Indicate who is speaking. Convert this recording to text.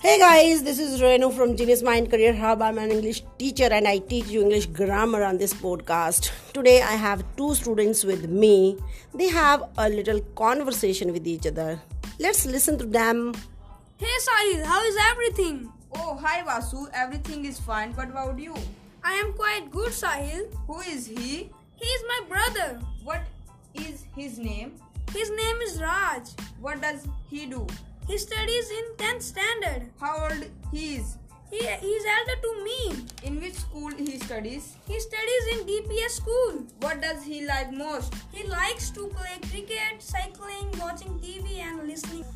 Speaker 1: Hey guys, this is Renu from Genius Mind Career Hub. I'm an English teacher and I teach you English grammar on this podcast. Today I have two students with me. They have a little conversation with each other. Let's listen to them.
Speaker 2: Hey Sahil, how is everything?
Speaker 3: Oh, hi Vasu. Everything is fine. What about you?
Speaker 2: I am quite good, Sahil.
Speaker 3: Who is he?
Speaker 2: He is my brother.
Speaker 3: What is his name?
Speaker 2: His name is Raj.
Speaker 3: What does he do?
Speaker 2: He studies in 10th standard.
Speaker 3: How old he is?
Speaker 2: He, he is elder to me.
Speaker 3: In which school he studies?
Speaker 2: He studies in DPS school.
Speaker 3: What does he like most?
Speaker 2: He likes to play cricket, cycling, watching TV, and listening.